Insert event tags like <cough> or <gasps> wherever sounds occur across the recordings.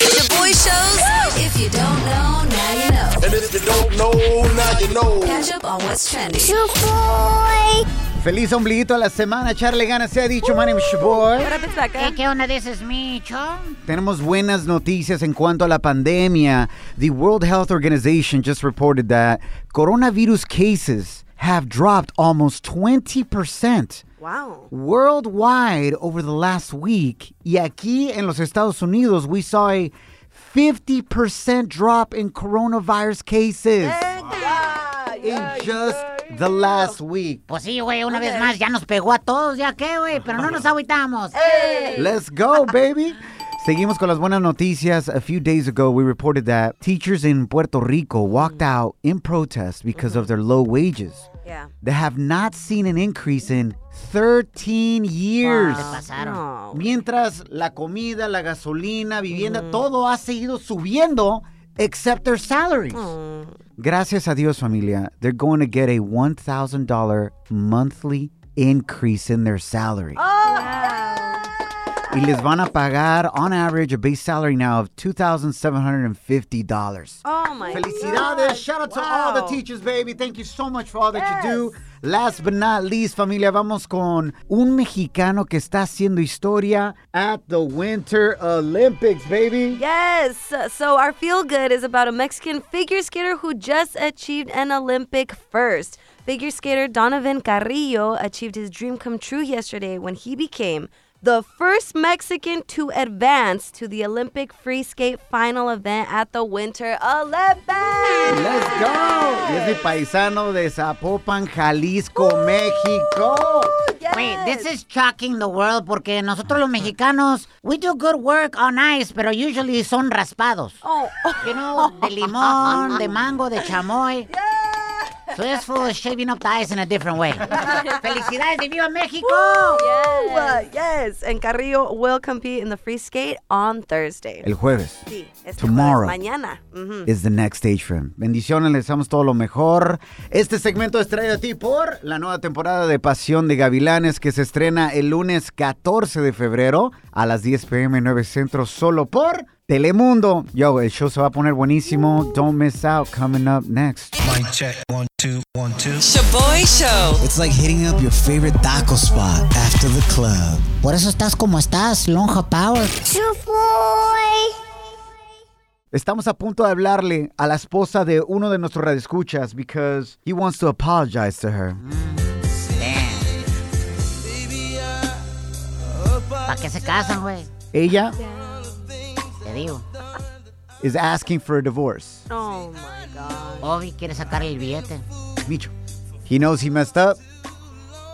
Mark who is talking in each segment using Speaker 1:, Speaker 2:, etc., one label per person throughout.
Speaker 1: Shaboy
Speaker 2: <gasps>
Speaker 1: Shows.
Speaker 3: If you don't know, now you know.
Speaker 4: And if you don't know, now you know.
Speaker 3: Catch up on what's trending.
Speaker 5: Feliz ombliguito a la semana. Charle ganas se ha dicho. My name is your boy.
Speaker 3: What up? It's
Speaker 2: Hey,
Speaker 3: Becca.
Speaker 2: ¿qué onda? This is Micho.
Speaker 5: Tenemos buenas noticias en cuanto a la pandemia. The World Health Organization just reported that coronavirus cases have dropped almost 20%
Speaker 3: Wow.
Speaker 5: worldwide over the last week. Y aquí en los Estados Unidos, we saw a 50% drop in coronavirus cases in just the last week.
Speaker 2: Pues sí, güey, una vez más ya nos pegó a todos, ya qué, güey, pero no nos agüitamos.
Speaker 5: Let's go, baby. Seguimos con las buenas noticias. A few days ago, we reported that teachers in Puerto Rico walked out in protest because of their low wages.
Speaker 3: Yeah.
Speaker 5: They have not seen an increase in 13 years.
Speaker 2: Pasaron.
Speaker 3: Oh.
Speaker 5: Mientras la comida, la gasolina, vivienda, todo ha seguido subiendo, except their salaries. Gracias a Dios, familia. They're going to get a $1,000 monthly increase in their salary. Y les van a pagar, on average, a base salary now of $2,750.
Speaker 3: Oh my
Speaker 5: Felicidades. Shout out to all the teachers, baby. Thank you so much for all that you do. Last but not least, familia, vamos con un mexicano que está haciendo historia at the Winter Olympics, baby.
Speaker 3: Yes. So our feel good is about a Mexican figure skater who just achieved an Olympic first. Figure skater Donovan Carrillo achieved his dream come true yesterday when he became the first Mexican to advance to the Olympic free skate final event at the Winter Olympics.
Speaker 5: Let's go. Y es mi paisano de Zapopan, Jalisco, México.
Speaker 2: Güey, this is shocking the world porque nosotros los mexicanos, we do good work on ice, pero usually son raspados.
Speaker 3: Oh,
Speaker 2: You know, de limón, de mango, de chamoy. So it's for shaving up the ice in a different <laughs> way. Felicidades y viva México.
Speaker 3: yes. oh, yes. And Carrillo will compete in the free skate on Thursday.
Speaker 5: El jueves.
Speaker 3: Sí, este
Speaker 5: Tomorrow.
Speaker 3: jueves, Mañana. Mm-hmm. Ujú.
Speaker 5: is the next stage for him. Bendiciones, les deseamos todo lo mejor. Este segmento es traído a ti por la nueva temporada de Pasión de Gavilanes que se estrena el lunes 14 de febrero a las 10 pm 9 Centro solo por Telemundo. Yo, el show se va a poner buenísimo. Don't miss out. Coming up next.
Speaker 6: Mic check. One, two, one, two.
Speaker 1: Shaboy Show.
Speaker 6: It's like hitting up your favorite taco spot after the club.
Speaker 2: Por eso estás como estás, Lonja Power.
Speaker 5: Estamos a punto de hablarle a la esposa de uno de nuestros radioescuchas because he wants to apologize to her.
Speaker 2: ¿Para qué se casan, güey?
Speaker 5: Ella
Speaker 2: Te digo.
Speaker 5: is asking for a divorce.
Speaker 3: Oh my God.
Speaker 2: Obi quiere sacarle el billete.
Speaker 5: Micho. He knows he messed up.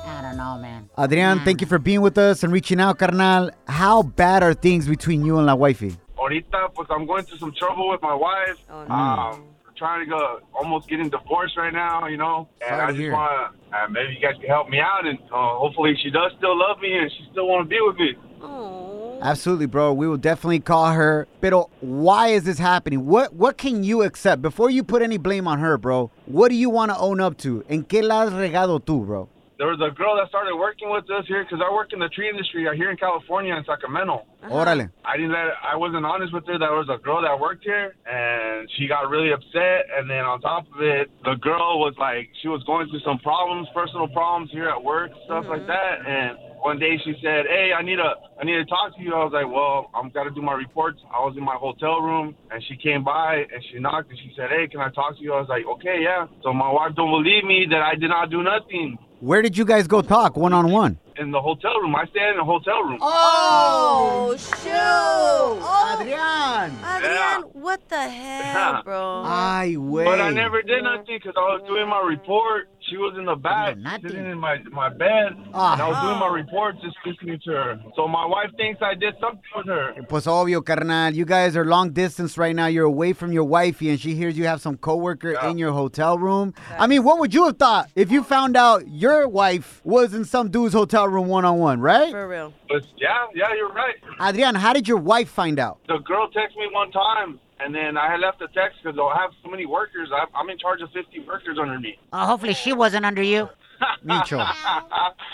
Speaker 2: I don't know, man.
Speaker 5: Adrián,
Speaker 2: Mm.
Speaker 5: thank you for being with us and reaching out, carnal. How bad are things between you and la wifey?
Speaker 7: Ahorita, pues I'm going through some trouble with my wife.
Speaker 3: Oh, no.
Speaker 7: Um, trying to go, almost getting divorced right now, you know. And
Speaker 5: Sorry to
Speaker 7: I just
Speaker 5: hear.
Speaker 7: want to, uh, maybe you guys can help me out, and uh, hopefully she does still love me and she still want to be with me.
Speaker 3: Oh.
Speaker 5: Absolutely, bro. We will definitely call her. Pero why is this happening? What what can you accept before you put any blame on her, bro? What do you want to own up to? En qué la has regado tú, bro?
Speaker 7: There was a girl that started working with us here because I work in the tree industry out here in California in Sacramento.
Speaker 5: Órale.
Speaker 7: I didn't let. I wasn't honest with her. There was a girl that worked here, and she got really upset. And then on top of it, the girl was like, she was going through some problems, personal problems here at work, stuff like that. And one day she said, "Hey, I need a, I need to talk to you." I was like, "Well, I'm got to do my reports." I was in my hotel room, and she came by and she knocked and she said, "Hey, can I talk to you?" I was like, "Okay, yeah." So my wife don't believe me that I did not do nothing
Speaker 5: Where did you guys go talk one on one?
Speaker 7: in the hotel room. I stayed in the hotel room.
Speaker 3: Oh, shoot. Oh,
Speaker 5: Adrián.
Speaker 3: Adrian, what the hell, bro? <laughs>
Speaker 5: Ay, güey.
Speaker 3: Ah.
Speaker 7: But I never did nothing because I was doing my report. she was in the back,
Speaker 2: Nothing.
Speaker 7: sitting in my my bed, and I was doing my report, just listening to her. So my wife thinks I did something with her.
Speaker 5: Pues obvio, carnal. You guys are long distance right now. You're away from your wifey, and she hears you have some coworker in your hotel room. I mean, what would you have thought if you found out your wife was in some dude's hotel room one on one, right?
Speaker 3: For real.
Speaker 7: But yeah, yeah, you're right.
Speaker 5: Adrian, how did your wife find out?
Speaker 7: The girl texted me one time, and then I had left a text because I have so many workers. I, I'm in charge of 50 workers under me.
Speaker 2: Oh, hopefully she wasn't under you.
Speaker 5: <laughs> Micho. Uh,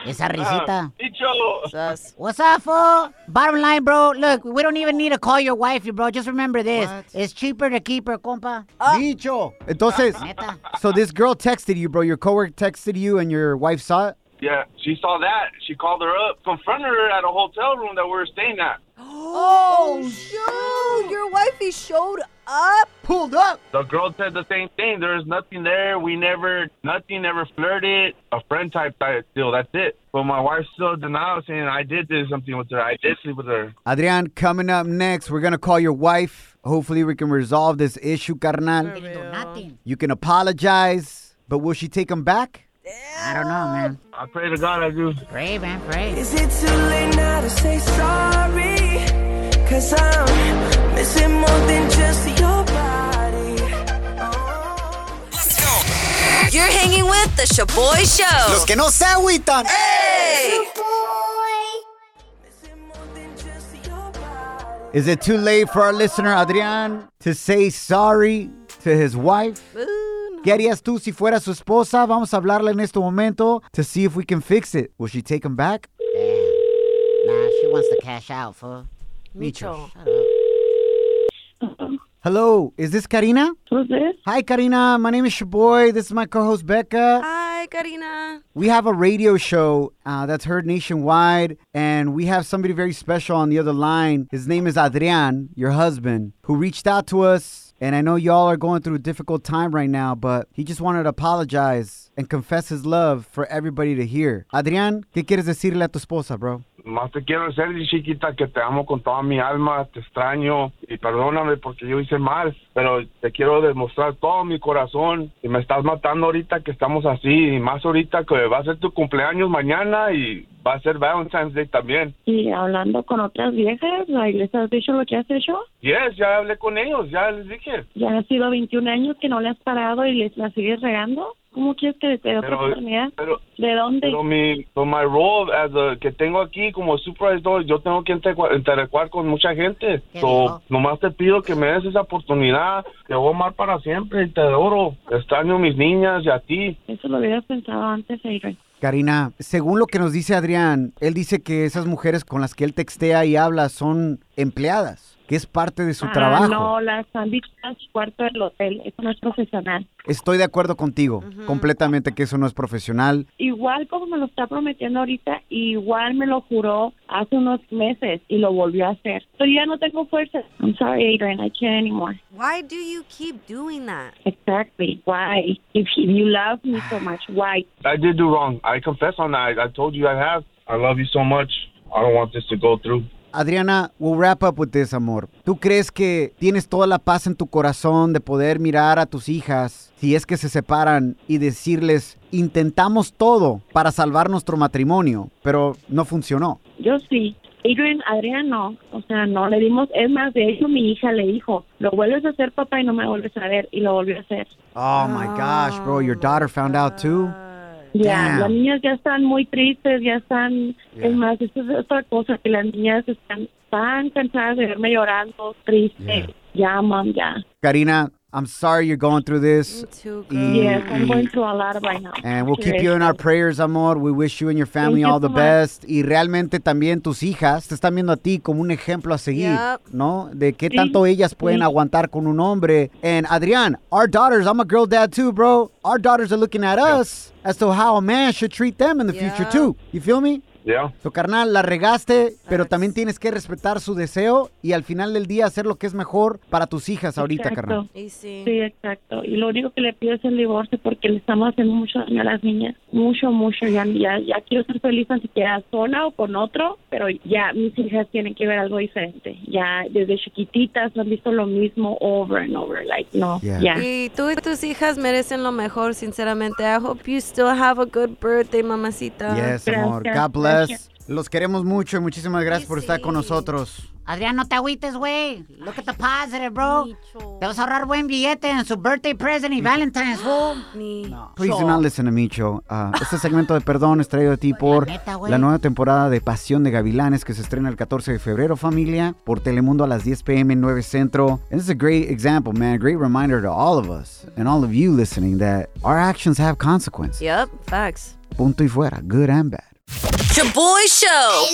Speaker 2: Esa
Speaker 7: Ah,
Speaker 2: risita.
Speaker 7: Dicho.
Speaker 3: Sus.
Speaker 2: What's up, fool? Bottom line, bro. Look, we don't even need to call your wifey, bro. Just remember this.
Speaker 5: What?
Speaker 2: It's cheaper to keep her, compa.
Speaker 5: Uh, Micho. Entonces,
Speaker 2: Neta.
Speaker 5: so this girl texted you, bro. Your coworker texted you, and your wife saw it?
Speaker 7: Yeah, she saw that. She called her up, confronted her at a hotel room that we were staying at.
Speaker 3: Oh, shoot! Your wifey showed up.
Speaker 5: Pulled up.
Speaker 7: The girl said the same thing. There's nothing there. We never, nothing, never flirted. A friend type type deal. That's it. But my wife still denied saying I did do something with her. I did sleep with her.
Speaker 5: Adrian, coming up next, we're going to call your wife. Hopefully, we can resolve this issue, carnal.
Speaker 2: Do nothing.
Speaker 5: You can apologize, but will she take him back?
Speaker 2: I don't know, man.
Speaker 7: I pray to God I do.
Speaker 2: Pray, man, pray.
Speaker 8: Is it too late now to say sorry? Cause I'm missing more than just your body. Oh.
Speaker 1: Let's go. You're hanging with the Shaboy Show.
Speaker 5: que no se agüitan.
Speaker 1: Hey!
Speaker 8: Missing more than just your body.
Speaker 5: Is it too late for our listener Adrián to say sorry to his wife?
Speaker 3: Ooh,
Speaker 5: ¿Qué harías tú si fuera su esposa? Vamos a hablarle en este momento to see if we can fix it. Will she take him back?
Speaker 2: Damn. Nah, she wants to cash out, fool.
Speaker 3: Micho.
Speaker 2: Shut up.
Speaker 5: Hello, is this Karina?
Speaker 9: Who's this?
Speaker 5: Hi, Karina. My name is Shaboy. This is my co-host Becca.
Speaker 3: Hi, Karina.
Speaker 5: We have a radio show uh, that's heard nationwide, and we have somebody very special on the other line. His name is Adrián, your husband, who reached out to us. And I know y'all are going through a difficult time right now, but he just wanted to apologize and confess his love for everybody to hear. Adrián, ¿qué quieres decirle a tu esposa, bro?
Speaker 7: Más te quiero hacer, chiquita, que te amo con toda mi alma, te extraño y perdóname porque yo hice mal, pero te quiero demostrar todo mi corazón y me estás matando ahorita que estamos así y más ahorita que va a ser tu cumpleaños mañana y va a ser Valentine's Day también.
Speaker 9: ¿Y hablando con otras viejas? ay, ¿Les has dicho lo que has hecho?
Speaker 7: Yes, ya hablé con ellos, ya les dije.
Speaker 9: ¿Ya han sido 21 años que no le has parado y les la sigues regando? ¿Cómo quieres que te dé otra
Speaker 7: Pero-
Speaker 9: oportunidad?
Speaker 7: pero-
Speaker 9: ¿De dónde?
Speaker 7: Pero mi, pero my role as a- que tengo aquí como supervisor, yo tengo que interacua- interactuar con mucha gente.
Speaker 2: ¿Qué dijo?
Speaker 7: So, nomás te pido que me des esa oportunidad. Te voy a amar para siempre y te adoro. Extraño a mis niñas y a ti.
Speaker 9: Eso lo hubieras pensado antes, Adrian.
Speaker 5: Karina, según lo que nos dice Adrián, él dice que esas mujeres con las que él textea y habla son empleadas, que es parte de su
Speaker 9: Ah,
Speaker 5: trabajo.
Speaker 9: No, las han dicho a su cuarto del hotel. Eso no es profesional.
Speaker 5: Estoy de acuerdo contigo, completamente que eso no es profesional.
Speaker 9: Igual como me lo está prometiendo ahorita, igual me lo juró hace unos meses y lo volvió a hacer. Pero ya no tengo fuerza. I'm sorry, Adrian. I can't anymore.
Speaker 3: Why do you keep doing that?
Speaker 9: Exactly. Why? If you love me so much, why?
Speaker 7: I did do wrong. I confess on that. I, I told you I have. I love you so much. I don't want this to go through.
Speaker 5: Adriana, we'll wrap up with this, amor. ¿Tú crees que tienes toda la paz en tu corazón de poder mirar a tus hijas si es que se separan y decirles, intentamos todo para salvar nuestro matrimonio, pero no funcionó?
Speaker 9: Yo sí. Adrian, Adrián no, o sea, no le dimos, es más, de hecho mi hija le dijo, lo vuelves a hacer papá y no me vuelves a ver, y lo volvió a hacer.
Speaker 5: Oh my gosh, bro, your daughter found out too.
Speaker 9: Ya,
Speaker 5: Damn.
Speaker 9: las niñas ya están muy tristes, ya están, es más, esto es otra cosa, que las niñas están tan cansadas de verme llorando, triste, ya, mom, ya.
Speaker 5: Karina, I'm sorry you're going through this.
Speaker 3: Me too,
Speaker 5: Y-
Speaker 3: girl.
Speaker 9: Yes, I'm
Speaker 5: Mm.
Speaker 9: going through a lot right now.
Speaker 5: And we'll keep you in our prayers, amor. We wish you and your family
Speaker 9: you
Speaker 5: all the
Speaker 9: so much.
Speaker 5: best. Y realmente también tus hijas te están viendo a ti como un ejemplo a seguir,
Speaker 3: Yep.
Speaker 5: ¿no? De qué
Speaker 9: Sí,
Speaker 5: tanto ellas pueden
Speaker 9: sí.
Speaker 5: aguantar con un hombre. And Adrián, our daughters, I'm a girl dad too, bro. Our daughters are looking at us as to how a man should treat them in the future
Speaker 3: Yep.
Speaker 5: too. You feel me?
Speaker 7: Yeah.
Speaker 5: So, carnal, la regaste, pero también tienes que respetar su deseo y al final del día hacer lo que es mejor para tus hijas ahorita,
Speaker 9: Exacto.
Speaker 5: carnal.
Speaker 3: Y sí.
Speaker 9: Sí, exacto. Y lo único que le pido es el divorcio porque le estamos haciendo mucho daño a las niñas. Mucho, mucho. Ya, ya, ya quiero ser feliz ni siquiera sola o con otro, pero ya mis hijas tienen que ver algo diferente. Ya desde chiquititas han visto lo mismo over and over. Like, no,
Speaker 5: Yeah.
Speaker 9: ya.
Speaker 3: Y tú y tus hijas merecen lo mejor, sinceramente. I hope you still have a good birthday, mamacita.
Speaker 5: Yes, amor.
Speaker 9: Gracias,
Speaker 5: God bless.
Speaker 9: gracias.
Speaker 5: Los queremos mucho y muchísimas gracias por estar con
Speaker 3: sí.
Speaker 5: nosotros.
Speaker 2: Adrián, no te agüites, güey. Look at the positive, bro. Te vas a ahorrar buen billete en su birthday present y Valentine's, fool.
Speaker 3: Ni-
Speaker 5: Please do not listen to me, Cho. Ah, este segmento de perdón es traído a ti por
Speaker 2: La neta, güey.
Speaker 5: la nueva temporada de Pasión de Gavilanes que se estrena el 14 de febrero, familia, por Telemundo a las 10 p.m. 9 Centro. And this is a great example, man. A great reminder to all of us and all of you listening that our actions have consequences.
Speaker 3: Yep, facts.
Speaker 5: Punto y fuera. Good and bad.
Speaker 1: Shaboy Show.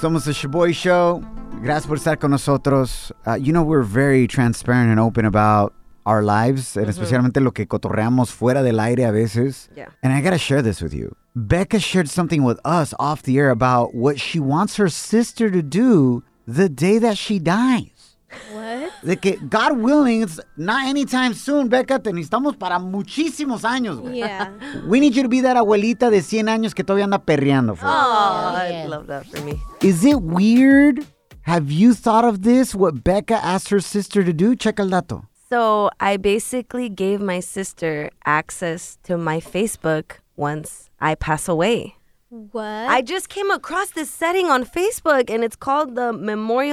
Speaker 5: Somos the Shaboy Show. Gracias por estar con nosotros. Uh, you know, we're very transparent and open about our lives, and especialmente lo que cotorreamos fuera del aire a veces.
Speaker 3: Yeah.
Speaker 5: And I gotta share this with you. Becca shared something with us off the air about what she wants her sister to do the day that she dies. What? De que, God willing, it's not anytime soon, Becca. Te necesitamos para muchísimos años, güey.
Speaker 10: Yeah.
Speaker 5: <laughs> We need you to be that abuelita de 100 años que todavía anda perreando, fool.
Speaker 3: Oh, I love that for me.
Speaker 5: Is it weird? Have you thought of this? What Becca asked her sister to do? Checa el dato.
Speaker 3: So I basically gave my sister access to my Facebook once I pass away.
Speaker 10: What?
Speaker 3: I just came across this setting on Facebook and it's called the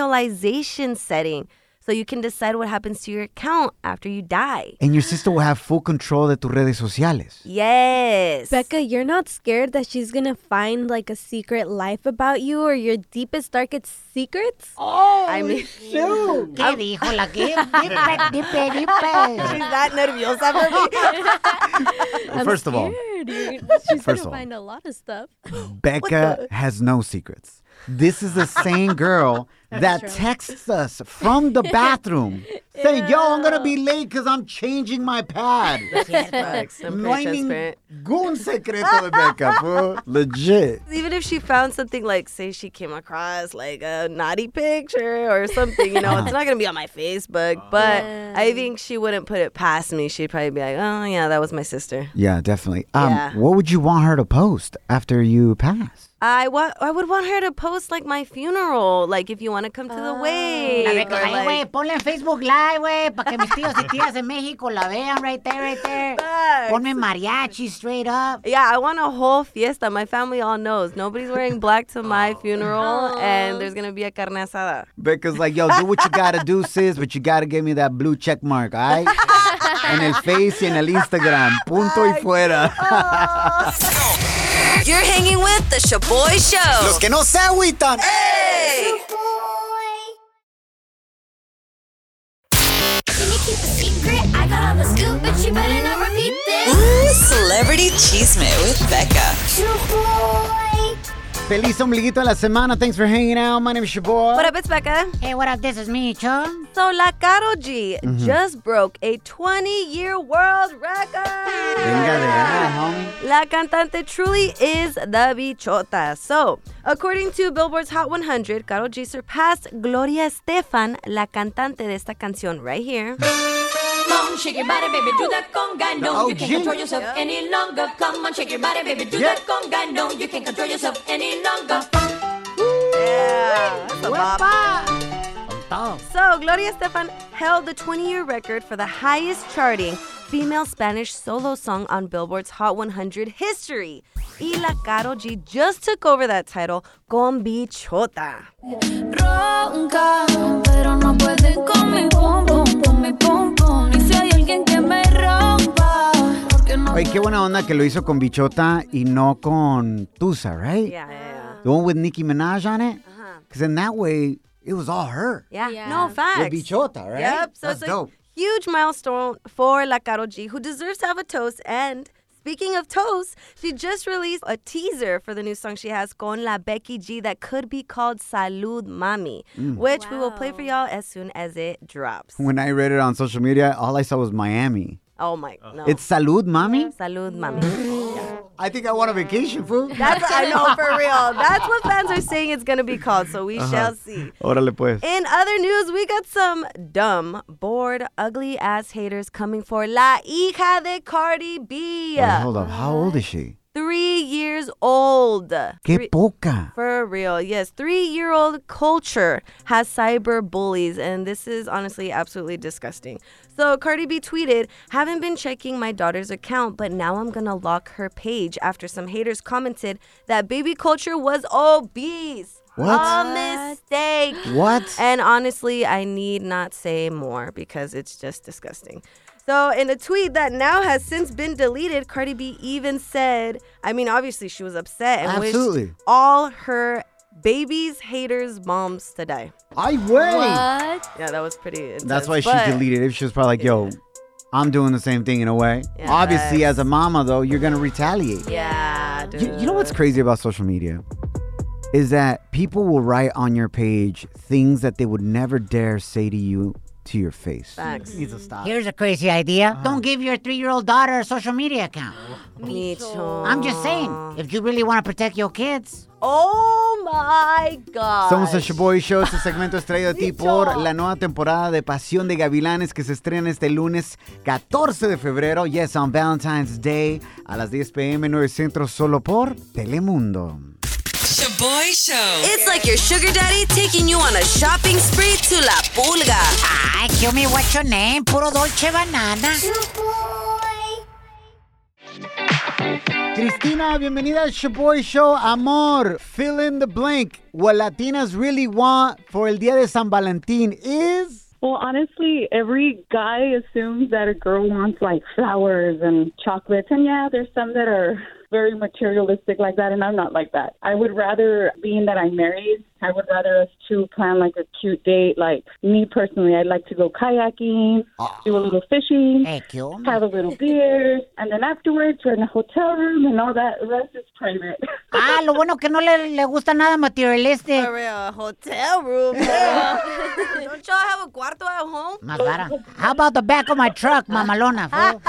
Speaker 3: memorialization setting. So you can decide what happens to your account after you die.
Speaker 5: And your sister will have full control de tus redes sociales.
Speaker 3: Yes.
Speaker 10: Becca, you're not scared that she's gonna find like a secret life about you or your deepest, darkest secrets?
Speaker 3: I mean,
Speaker 2: ¿Qué dijo la que? Dipe, dipe, dipe.
Speaker 3: that nerviosa
Speaker 10: <laughs>
Speaker 3: for me.
Speaker 5: First of all,
Speaker 10: Scared,
Speaker 5: <laughs>
Speaker 10: dude. She's
Speaker 5: First
Speaker 10: gonna
Speaker 5: of all.
Speaker 10: find a lot of
Speaker 5: <gasps>
Speaker 10: stuff.
Speaker 5: Becca has no secrets. This is the same <laughs> girl that texts us from <laughs> the bathroom saying, Yo, I'm going to be late because I'm changing my pad.
Speaker 3: I'm
Speaker 5: No hay
Speaker 3: pretty transparent.
Speaker 5: ningún secreto de Becca, <laughs> fool. Legit.
Speaker 3: Even if she found something like, say, she came across like a naughty picture or something, you know, it's not gonna be on my Facebook. But I think she wouldn't put it past me. She'd probably be like, "Oh yeah, that was my sister."
Speaker 5: Yeah, definitely. Um,
Speaker 3: Yeah.
Speaker 5: What would you want her to post after you pass?
Speaker 3: I wa- I would want her to post like my funeral, like if you want to come to the wake.
Speaker 2: A ver,
Speaker 3: or,
Speaker 2: Ahí, güey,
Speaker 3: like,
Speaker 2: ponle en Facebook Live, güey, para que mis tíos y tías de México la vean right there, right there.
Speaker 3: Facts.
Speaker 2: Ponme mariachi straight up.
Speaker 3: yeah, I want a whole fiesta. My family all knows nobody's wearing black to my funeral, and there's gonna be a carne asada.
Speaker 5: Becca's like, yo, do what you gotta do, sis, but you gotta give me that blue check mark, all right? en el Face y en el Instagram. Punto y fuera.
Speaker 1: You're hanging with the Shaboy Show.
Speaker 5: que no se agüitan.
Speaker 1: Ooh, Celebrity Chisme with Becca.
Speaker 5: Feliz ombliguito de la semana. Thanks for hanging out. My name is your boy.
Speaker 3: What up, it's Becca.
Speaker 2: Hey, what up? This is me, chon.
Speaker 3: So La Caro G just broke a 20 year world
Speaker 5: Venga de ahí,
Speaker 3: record.
Speaker 5: homie.
Speaker 3: La cantante truly is the bichota. So, according to Billboard's Hot 100, Caro G surpassed Gloria Estefan, la cantante de esta canción right here.
Speaker 5: No, you can't control yourself any longer. Come on, shake your body, baby. Do that conga.
Speaker 3: Yeah, that's a bop.
Speaker 2: Con todo.
Speaker 3: So, Gloria Estefan held the 20 year record for the highest charting female Spanish solo song on Billboard's Hot 100 history. Y La Caro G just took over that title con Bichota.
Speaker 10: Ronca, pero no puede con mi pom pom, con mi pom pom. Y si hay alguien que me rompa, porque no
Speaker 5: Oye, qué buena onda que lo hizo con Bichota y no con Tusa, right?
Speaker 3: Yeah, yeah,
Speaker 5: The one with Nicki Minaj on it? Because in that way, it was all her.
Speaker 3: yeah. Yeah,
Speaker 10: Yeah.
Speaker 3: no facts.
Speaker 5: With Bichota, right?
Speaker 3: Yep, so
Speaker 5: That's
Speaker 3: it's a
Speaker 5: dope.
Speaker 3: huge milestone for La Caro G, who deserves to have a toast. And speaking of toast, she just released a teaser for the new song she has con La Becky G that could be called Salud Mami,
Speaker 5: Mm.
Speaker 3: which we will play for y'all as soon as it drops.
Speaker 5: When I read it on social media, all I saw was Miami.
Speaker 3: Oh my, no.
Speaker 5: It's salud, mami.
Speaker 3: Salud, mami. Yeah.
Speaker 5: I think I want a vacation, fool.
Speaker 3: That's I know for real. That's what fans are saying it's gonna be called. So we
Speaker 5: Uh-huh.
Speaker 3: shall see.
Speaker 5: <laughs> Órale, pues.
Speaker 3: In other news, we got some dumb, bored, ugly ass haters coming for La Hija de Cardi B.
Speaker 5: Wait, hold up. How old is she?
Speaker 3: Three years old.
Speaker 5: Qué poca.
Speaker 3: For real, yes. Three year old culture has cyber bullies, and this is honestly absolutely disgusting. So Cardi B tweeted, Haven't been checking my daughter's account, but now I'm gonna lock her page after some haters commented that baby culture was obese.
Speaker 5: What?
Speaker 3: A mistake.
Speaker 5: What?
Speaker 3: And honestly, I need not say more because it's just disgusting. So, in a tweet that now has since been deleted, Cardi B even said, I mean, obviously she was upset and
Speaker 5: Absolutely.
Speaker 3: wished all her babies, haters, moms to die.
Speaker 5: I wait.
Speaker 3: What? Yeah, that was pretty intense.
Speaker 5: That's why
Speaker 3: but-
Speaker 5: she deleted it. She was probably like, yo, I'm doing the same thing in a way.
Speaker 3: Yeah,
Speaker 5: Obviously, as a mama, though, you're going to retaliate.
Speaker 3: Yeah, dude.
Speaker 5: You, you know what's crazy about social media? Is that people will write on your page things that they would never dare say to you to your face.
Speaker 3: Facts.
Speaker 5: Needs to stop.
Speaker 2: Here's a crazy idea. Don't give your three-year-old daughter a social media account.
Speaker 3: Micho.
Speaker 2: I'm just saying, if you really want to protect your kids,
Speaker 3: Oh my God.
Speaker 5: Somos el Shaboy Show, este segmento es traído a ti por la nueva temporada de Pasión de Gavilanes que se estrena este lunes 14 de febrero, yes, on Valentine's Day, a las 10 pm, 9 centro, solo por Telemundo.
Speaker 1: Shaboy Show. It's like your sugar daddy taking you on a shopping spree to La Pulga.
Speaker 2: ay, kill me, what's your name? Puro dolce banana.
Speaker 5: Cristina, bienvenida al Shaboy Show, amor, fill in the blank, what Latinas really want for el día de San Valentín is...
Speaker 9: Well, honestly, every guy assumes that a girl wants like flowers and chocolates. And yeah, there's some that are very materialistic like that, and I'm not like that. I would rather, being that I'm married, I would rather us two plan like a cute date. Like me personally, I'd like to go kayaking, do a little fishing,
Speaker 2: Hey, kill me.
Speaker 9: have a little beer, and then afterwards we're in a hotel room and all that. The rest is private. <laughs>
Speaker 2: Ah, lo bueno que no le, le gusta nada materialista.
Speaker 3: For real, a hotel room. bro. <laughs> Don't y'all have a cuarto at home?
Speaker 2: Más vara. How about the back of my truck, <laughs> mamalona? fool?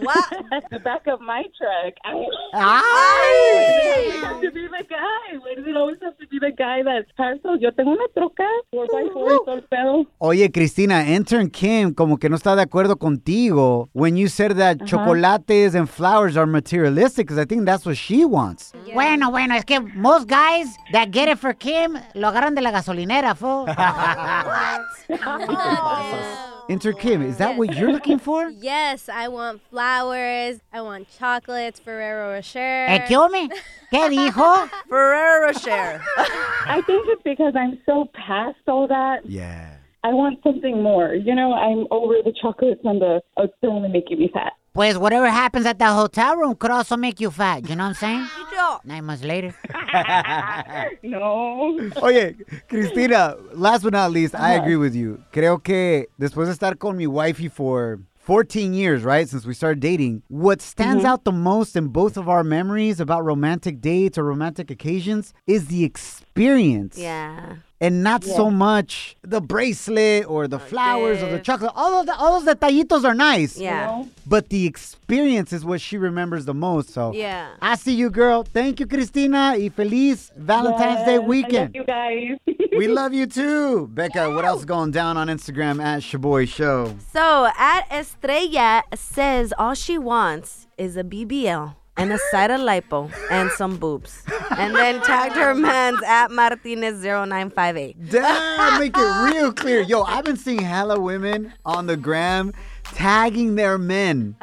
Speaker 3: What?
Speaker 9: the back of my truck. I-
Speaker 2: Ay.
Speaker 9: have to be the guy. Why does it always have to be the guy that's parcel? Yo tengo una troca. Four by
Speaker 11: Oh,
Speaker 9: four y todo el pedo.
Speaker 5: Oye, Cristina, intern Kim como que no está de acuerdo contigo when you said that chocolates and flowers are materialistic, because I think that's what she wants.
Speaker 2: Bueno, bueno, es que most guys that get it for Kim lo agarran de la gasolinera, <laughs> fool.
Speaker 5: Enter Kim, is that what you're looking for?
Speaker 3: <laughs>
Speaker 12: Yes, I want flowers. I want chocolates, Ferrero Rocher.
Speaker 2: Eh, kill me. ¿Qué dijo?
Speaker 3: Ferrero Rocher.
Speaker 9: I think it's because I'm so past all that.
Speaker 5: Yeah.
Speaker 9: I want something more. You know, I'm over the chocolates and the. oh, It's only making me fat.
Speaker 2: Pues whatever happens at that hotel room could also make you fat. You know what I'm <laughs> saying?
Speaker 3: Micho.
Speaker 2: Nine months later.
Speaker 9: No.
Speaker 5: <laughs> Oye, Cristina, last but not least, I agree with you. Creo que después de estar con mi wifey for 14 years, right, since we started dating, what stands out the most in both of our memories about romantic dates or romantic occasions is the experience.
Speaker 3: Yeah. Oh,
Speaker 5: And not so much the bracelet or the flowers or the chocolate. All of the, all those detallitos are nice.
Speaker 3: Yeah.
Speaker 5: But the experience is what she remembers the most. So
Speaker 3: Yeah.
Speaker 5: I see you, girl. Thank you, Cristina. Y feliz Valentine's Day weekend.
Speaker 9: I love you guys.
Speaker 11: <laughs>
Speaker 5: we love you too. Becca, what else is going down on Instagram at Shaboy Show?
Speaker 3: So at Estrella says all she wants is a BBL and a side of lipo and some boobs. And then tagged her man's at Martinez0958.
Speaker 5: Damn, make it real clear. Yo, I've been seeing hella women on the gram tagging their men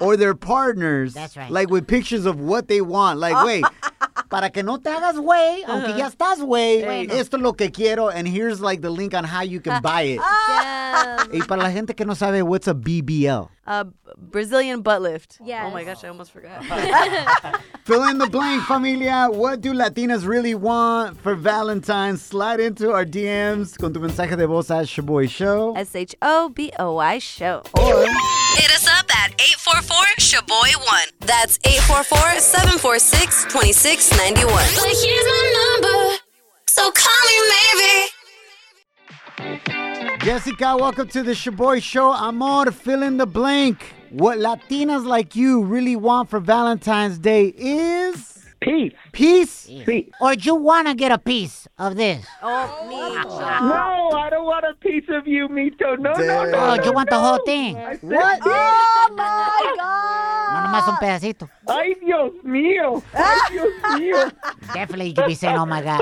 Speaker 5: or their partners.
Speaker 2: That's right.
Speaker 5: Like with pictures of what they want. Like, wait. Para que no te hagas güey, aunque ya estás güey, esto es lo que quiero, and here's like the link on how you can buy it.
Speaker 12: Damn.
Speaker 5: y para la gente que no sabe, what's a BBL?
Speaker 3: A Brazilian butt lift.
Speaker 12: Yes.
Speaker 3: Oh my gosh, I almost forgot. <laughs>
Speaker 5: Fill in the blank, familia. What do Latinas really want for Valentine's? Slide into our DMs con tu mensaje de voz at Shaboy Show.
Speaker 3: S H O B O Y show.
Speaker 5: Or
Speaker 1: Hit us up at 844-SHABOY1. That's 844-746-2691.
Speaker 10: But here's my number, so call me maybe.
Speaker 5: Jessica, welcome to the Shaboy Show. Amor, fill in the blank. What Latinas like you really want for Valentine's Day is
Speaker 11: peace.
Speaker 5: Peace?
Speaker 2: Or do you want to get a piece of this?
Speaker 3: Oh, me.
Speaker 11: No, I don't want a piece of you, Mito. No, no, no.
Speaker 2: Oh,
Speaker 11: no,
Speaker 2: you want the
Speaker 11: no.
Speaker 2: whole thing.
Speaker 11: What?
Speaker 2: No, nomás un pedacito.
Speaker 11: Ay, Dios mío. Ay, Dios mío. <laughs>
Speaker 2: Definitely you could be saying, oh my God.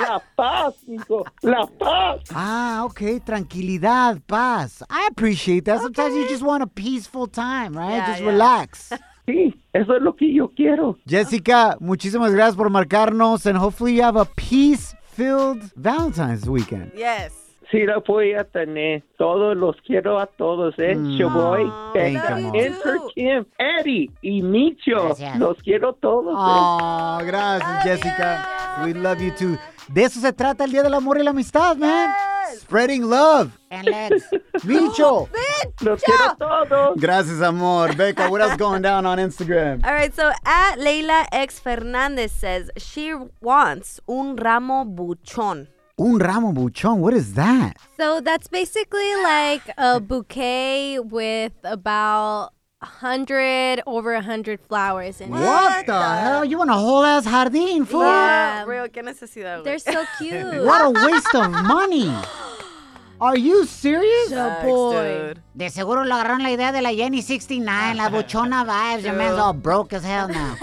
Speaker 11: La paz, Mito. La paz.
Speaker 5: Ah, okay. Tranquilidad, paz. I appreciate that. Sometimes you just want a peaceful time, right?
Speaker 2: Yeah,
Speaker 5: just
Speaker 2: yeah. <laughs>
Speaker 5: relax.
Speaker 11: Sí, eso es lo que yo quiero.
Speaker 5: Jessica, muchísimas gracias por marcarnos, and hopefully you have a peace-filled Valentine's weekend.
Speaker 3: Yes.
Speaker 11: Sí, la voy a tener. Todos los quiero a todos, ¿eh? Yo voy.
Speaker 5: Mm. thank you, amor.
Speaker 11: Enter Kim, Eddie y Micho.
Speaker 2: Gracias.
Speaker 11: Los quiero todos, ¿eh?
Speaker 5: Oh, gracias, Jessica. We love you too. De eso se trata el Día del Amor y la Amistad, man. Spreading love.
Speaker 2: And let's.
Speaker 3: <laughs>
Speaker 5: Micho.
Speaker 11: Los quiero todos.
Speaker 5: Gracias, amor. Becca, what else going down on Instagram?
Speaker 3: All right, so at Leila X Fernandez says she wants un ramo buchón.
Speaker 5: Un ramo buchón. What is that?
Speaker 12: So that's basically like a bouquet with about a hundred over a hundred flowers in
Speaker 5: What,
Speaker 12: it.
Speaker 5: the hell? You want a whole ass jardín, fool?
Speaker 12: Yeah.
Speaker 3: Real, qué necesidad,
Speaker 12: They're
Speaker 3: güey.
Speaker 12: so cute.
Speaker 5: What a
Speaker 12: <laughs>
Speaker 5: waste of money. Are you serious?
Speaker 12: So boy.
Speaker 3: Thanks, dude.
Speaker 2: De seguro lo agarraron la idea de la Jenny 69, la buchona vibes. Your man's all broke as hell <laughs> now.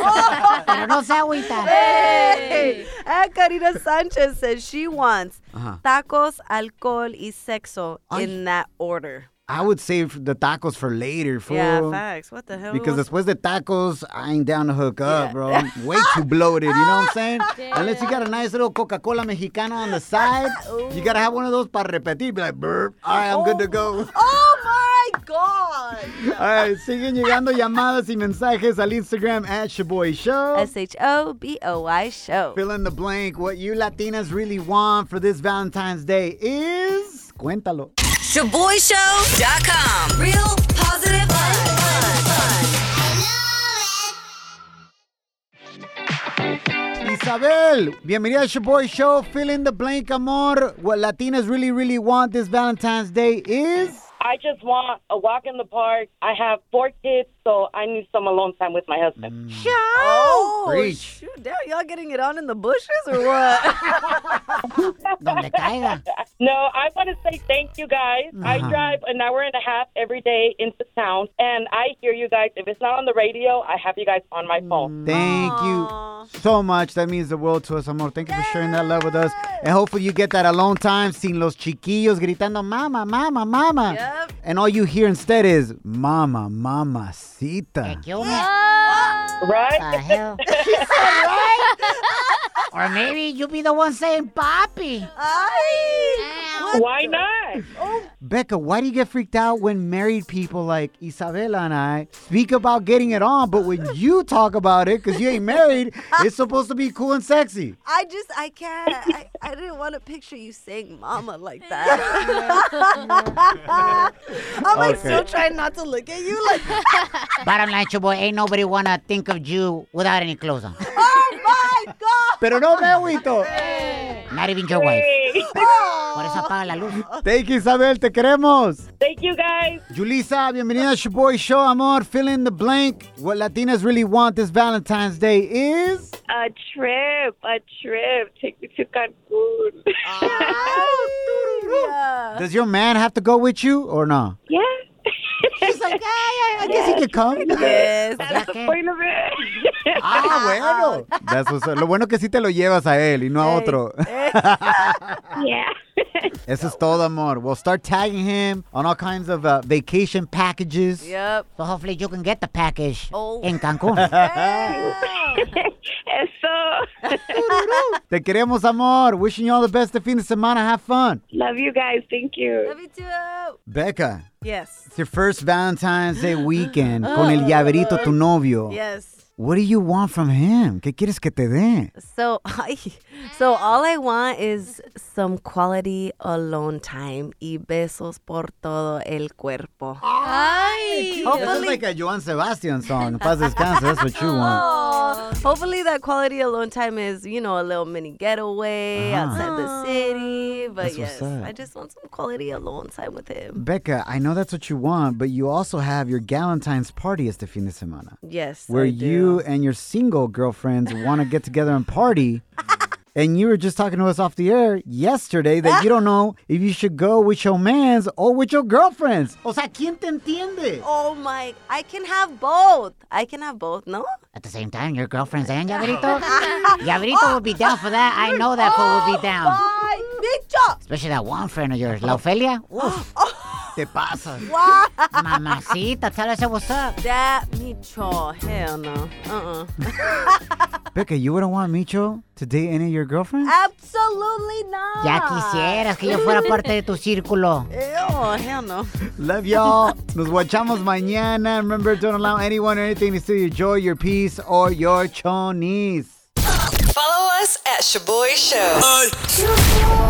Speaker 2: Pero no se agüita.
Speaker 3: Hey. And Karina Sanchez says she wants tacos, alcohol, y sexo in that order.
Speaker 5: I would save the tacos for later, fool.
Speaker 3: Yeah, facts. What the hell?
Speaker 5: Because
Speaker 3: was-
Speaker 5: después de tacos, I ain't down to hook up, bro. I'm way too bloated, you know what I'm saying? Unless you got a nice little Coca-Cola Mexicana on the side, you gotta have one of those para repetir. Be like, burp. All right, I'm good to go.
Speaker 3: oh my god!
Speaker 5: <laughs> All right, siguen llegando llamadas y mensajes al Instagram at Shaboy Show.
Speaker 3: S H O B O Y show.
Speaker 5: Fill in the blank. What you Latinas really want for this Valentine's Day is. Cuéntalo.
Speaker 1: ShaboyShow.com. Real positive fun.
Speaker 5: Isabel, bienvenida a Shaboy Show. Fill in the blank, amor. What Latinas really, really want this Valentine's Day is.
Speaker 13: I just want a walk in the park. I have four kids, so I need some alone time with my
Speaker 5: Mm.
Speaker 13: husband.
Speaker 3: Oh,
Speaker 5: Preach.
Speaker 3: shoot, damn, y'all getting it on in the bushes or
Speaker 5: <laughs>
Speaker 3: what?
Speaker 2: Donde caiga.
Speaker 13: No, I want to say thank you guys. I
Speaker 5: Uh-huh.
Speaker 13: drive an hour and a half every day into town, and I hear you guys. If it's not on the radio, I have you guys on my phone.
Speaker 5: Thank you so much. That means the world to us, amor. Thank you for sharing that love with us. And hopefully you get that alone time sin los chiquillos gritando mama, mama, mama.
Speaker 3: Yep.
Speaker 5: And all you hear instead is mama, mamacita.
Speaker 2: ¿Qué hubo?
Speaker 13: Right?
Speaker 2: the hell? Or maybe you be the one saying papi.
Speaker 3: Ay, what?
Speaker 13: Why not?
Speaker 5: Becca, why do you get freaked out when married people like Isabela and I speak about getting it on, but when you talk about it, because you ain't married, it's supposed to be cool and sexy?
Speaker 3: I just, I can't. I, I didn't want to picture you saying mama like that. I'm like still
Speaker 5: Okay.
Speaker 3: trying not to look at you like,
Speaker 2: Bottom line, your boy, ain't nobody wanna think of you without any clothes on.
Speaker 3: oh my god!
Speaker 5: Pero no me agüito.
Speaker 2: Not even your wife.
Speaker 13: Hey,
Speaker 2: Por eso apaga la
Speaker 5: <laughs>
Speaker 2: luz.
Speaker 5: Thank you, Isabel. Te queremos.
Speaker 13: thank you guys.
Speaker 5: Julissa, bienvenida a your boy show, amor. Fill in the blank. What Latinas really want this Valentine's Day is.
Speaker 11: A trip, a trip. Take me to Cancun.
Speaker 3: Yeah.
Speaker 5: <laughs> Does your man have to go with you or no?
Speaker 11: yeah. <laughs>
Speaker 5: She's like, ah, yeah, I guess he could come.
Speaker 3: Yes.
Speaker 2: ¿Ya
Speaker 11: The
Speaker 2: qué?
Speaker 11: point of it. <laughs>
Speaker 5: <laughs> Ah, bueno. That's what's up. Lo bueno que sí te lo llevas a él y no a <laughs> otro.
Speaker 11: yeah. <laughs>
Speaker 5: Eso es todo, amor. We'll start tagging him on all kinds of uh, vacation packages.
Speaker 3: Yep.
Speaker 2: So hopefully you can get the package
Speaker 3: Oh.
Speaker 2: in Cancún.
Speaker 11: Eso.
Speaker 5: Te queremos, amor. Wishing you all the best the fin de semana. Have fun.
Speaker 11: Love you guys. Thank you.
Speaker 3: Love you too.
Speaker 5: Becca,
Speaker 3: Yes.
Speaker 5: it's your first Valentine's Day weekend con el llaverito tu novio.
Speaker 3: Yes.
Speaker 5: What do you
Speaker 3: <laughs>
Speaker 5: want from him? ¿Qué quieres que te dé?
Speaker 3: So, ay, so all I want is some quality alone time y besos por todo el cuerpo.
Speaker 12: Ay!
Speaker 5: That's like a Joan Sebastian <laughs> song. Paz descanse. That's what you want.
Speaker 3: Aw. Hopefully that quality alone time is, you know, a little mini getaway
Speaker 5: Uh-huh.
Speaker 3: outside the city. But
Speaker 5: That's
Speaker 3: yes,
Speaker 5: what's up.
Speaker 3: I just want some quality alone time with him.
Speaker 5: Becca, I know that's what you want, but you also have your Galentine's party este fin de semana.
Speaker 3: Yes.
Speaker 5: where
Speaker 3: I do.
Speaker 5: you and your single girlfriends want to get together and <laughs> party. And you were just talking to us off the air yesterday that you don't know if you should go with your mans or with your girlfriends. <laughs> O sea, ¿quién te entiende?
Speaker 3: Oh my, I can have both. I can have both, no?
Speaker 2: At the same time, your girlfriend's
Speaker 5: <laughs>
Speaker 2: and Yaverito. Yaverito will be down for that. I know that fool will
Speaker 5: <laughs>
Speaker 2: be
Speaker 3: <laughs>
Speaker 2: down.
Speaker 3: Ay, bicho.
Speaker 2: Especially that one friend of yours, La Ofelia.
Speaker 5: Te pasas.
Speaker 3: Wow.
Speaker 2: Mamacita, tell us what's up.
Speaker 3: That bicho. Hell no. Uh-uh.
Speaker 5: Becca, you wouldn't want Micho to date any of your girlfriends?
Speaker 3: Absolutely not.
Speaker 2: Ya quisieras que yo fuera parte de tu círculo.
Speaker 3: Ew, hell no.
Speaker 5: Love y'all. Nos guachamos mañana. Remember, don't allow anyone or anything to steal your joy, your peace, or your chonies.
Speaker 1: Follow us at Shaboy Show.